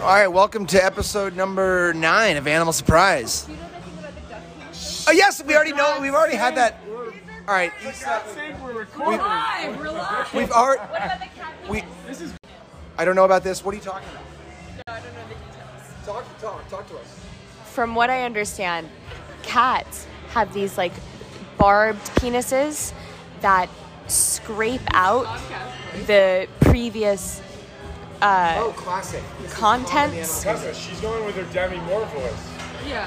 All right, welcome to episode number nine of Animal Surprise. Oh yes, we already know. We've already had that. All right, We're live. We're live. we've already. What about the cat? We. penis? I don't know about this. What are you talking No, I don't know the details. about? Talk, talk, talk to us. from what I understand, cats have these like barbed penises that scrape out the previous Oh, classic. This is contents. common animal- She's going with her Demi Moore voice. Yeah.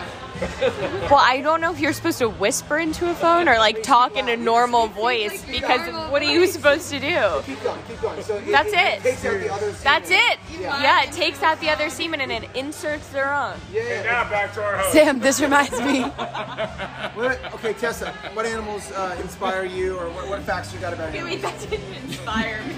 Well, I don't know if you're supposed to whisper into a phone or like talk in a normal voice because what are you supposed to do? Keep going, keep going. So That's it. Takes out the others. That's it. Yeah, it takes out the other semen and it inserts their own. And now back to our host. Sam, this reminds me. What, okay, Tessa. What animals uh, inspire you, or what, what facts you got about Okay, animals? wait, that didn't inspire me.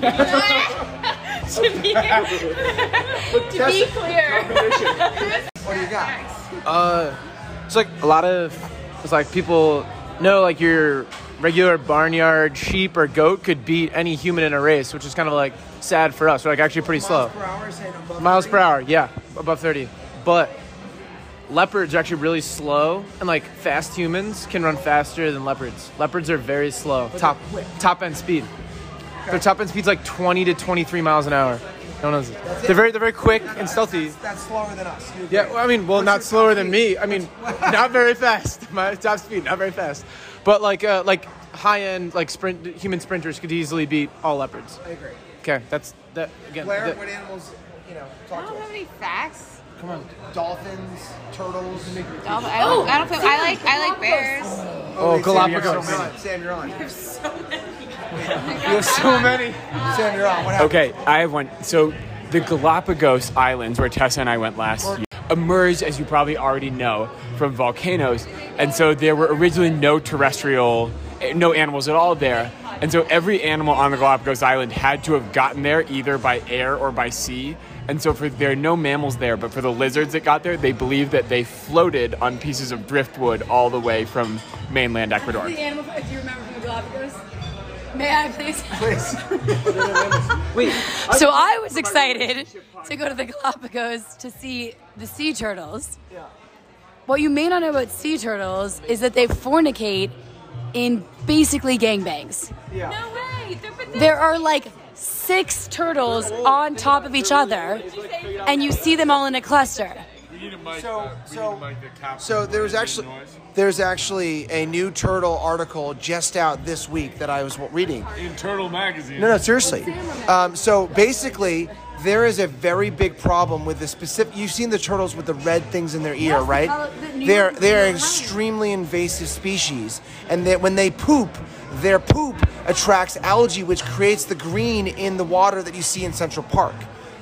to be, to be Tessa, clear. what do you got? It's like a lot of it's like people know like your regular barnyard sheep or goat could beat any human in a race, which is kind of like sad for us. We're like actually pretty slow. Miles per hour, say no above Miles 30. per hour, yeah, above 30. But leopards are actually really slow, and like fast humans can run faster than leopards. Leopards are very slow, top top end speed. Their top end speed's like 20 to 23 miles an hour. No one knows. That's it. They're very they're very quick and stealthy. That's, that's slower than us. You Yeah, agree. well, I mean, well, What's not your slower top than speed? me. I mean, not very fast. My top speed, not very fast. But like, uh, like high end, like sprint human sprinters could easily beat all leopards. I agree. Okay, that's that again. Blair, that- what animals, you know, talk to us? any facts. Come on. Dolphins, turtles. I don't, I don't feel, I like I like bears. Oh, wait, Sam, you're Galapagos. on. Sam, you're on. you have so many. Sam, you're on. What happened? Okay, I have one. So the Galapagos Islands, where Tessa and I went last year, emerged, as you probably already know, from volcanoes. And so there were originally no terrestrial, eh, no animals at all there. And so every animal on the Galapagos Island had to have gotten there either by air or by sea. And so for there are no mammals there, but for the lizards that got there, they believe that they floated on pieces of driftwood all the way from mainland Ecuador. The animal, if you remember from the Galapagos. May I please? Please. So I was excited to go to the Galapagos to see the sea turtles. Yeah. What you may not know about sea turtles is that they fornicate in basically gangbangs. No way. They're, but they're, There are like six turtles on top of each other, and you see them all in a cluster. We need a mic. So- uh, we so- need a mic that caps So the there's noise. actually there's actually a new turtle article just out this week that I was w- reading. in Turtle Magazine. No, no, seriously. Um, so basically, there is a very big problem with the specific. You've seen the turtles with the red things in their ear, Yes, the right? color- the New they're York- they're New York extremely invasive species, and that when they poop, their poop attracts algae, which creates the green in the water that you see in Central Park.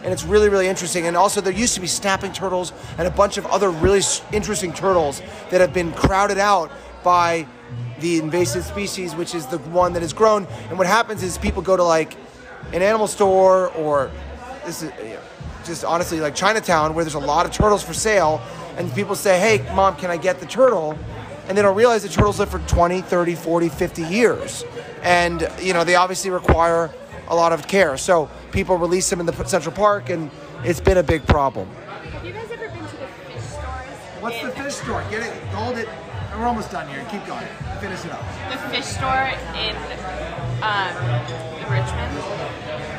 And it's really, really interesting. And also, there used to be snapping turtles and a bunch of other really s- interesting turtles that have been crowded out by the invasive species, which is the one that has grown. And what happens is people go to like an animal store or this is yeah, just honestly like Chinatown where there's a lot of turtles for sale and people say, "Hey, mom, can I get the turtle?" And they don't realize the turtles live for 20, 30, 40, 50 years. And you know, they obviously require a lot of care. So people release them in the p- Central Park and it's been a big problem. have you guys ever been to the fish stores? What's in- the fish store? Get it, hold it. We're almost done here. Keep going. Finish it up. The fish store in um, Richmond.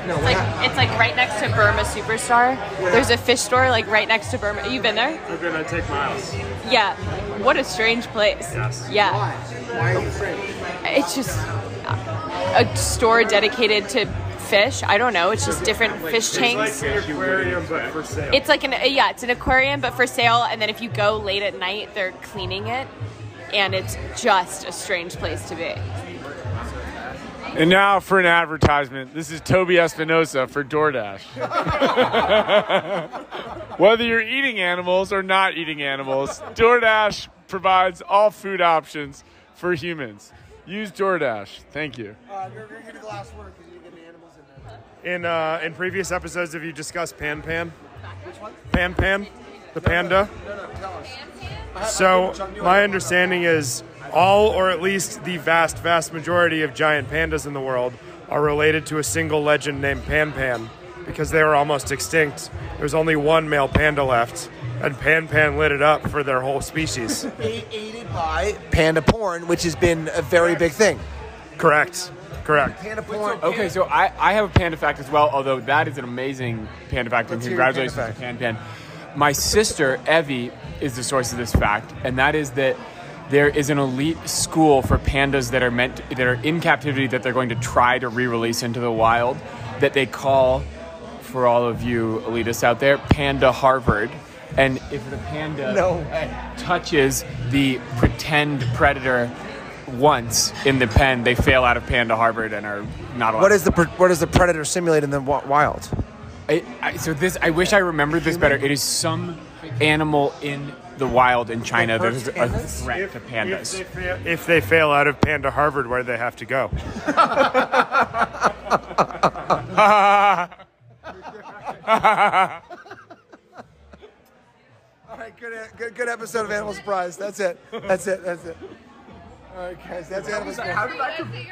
No, It's like, it's like right next to Burma Superstar. There's a fish store like right next to Burma. You've been there? We're gonna take miles. Yeah. What a strange place. Yeah. why? Why are you afraid? It's just a store dedicated to fish. I don't know. It's just different fish tanks. an aquarium, but for sale. It's like an uh, yeah, it's an aquarium but for sale and then if you go late at night, they're cleaning it and it's just a strange place to be. And now for an advertisement. This is Toby Espinosa for DoorDash. Whether you're eating animals or not eating animals, DoorDash provides all food options for humans. Use DoorDash. Thank you. Uh, you're going to get a glass work because you get the animals in there. In uh, in previous episodes, have you discussed Pan Pan? Pan Pan, the panda. So my understanding is all, or at least the vast, vast majority of giant pandas in the world are related to a single legend named Pan Pan, because they were almost extinct. There was only one male panda left, and Pan Pan lit it up for their whole species. Aided by panda porn, which has been a very big thing. Correct. Correct. Panda porn. Okay, so I, I have a panda fact as well, although that is an amazing panda fact, and Let's hear your congratulations panda to Pan Pan. My sister, Evie, is the source of this fact, and that is that there is an elite school for pandas that are meant that are in captivity that they're going to try to re-release into the wild that they call for all of you elitists out there, Panda Harvard. And if the panda No. touches the pretend predator once in the pen, they fail out of Panda Harvard and are not allowed What is the pre- what does the predator simulate in the wi- wild? I, I, so this, I wish I remembered this better. It is some animal in the wild in China. There's a threat to pandas. If they, fail, if they fail out of Panda Harvard, where do they have to go? All right, good, good, good episode of Animal Surprise. That's it. That's it. That's it. All right, guys, that's Animal Surprise.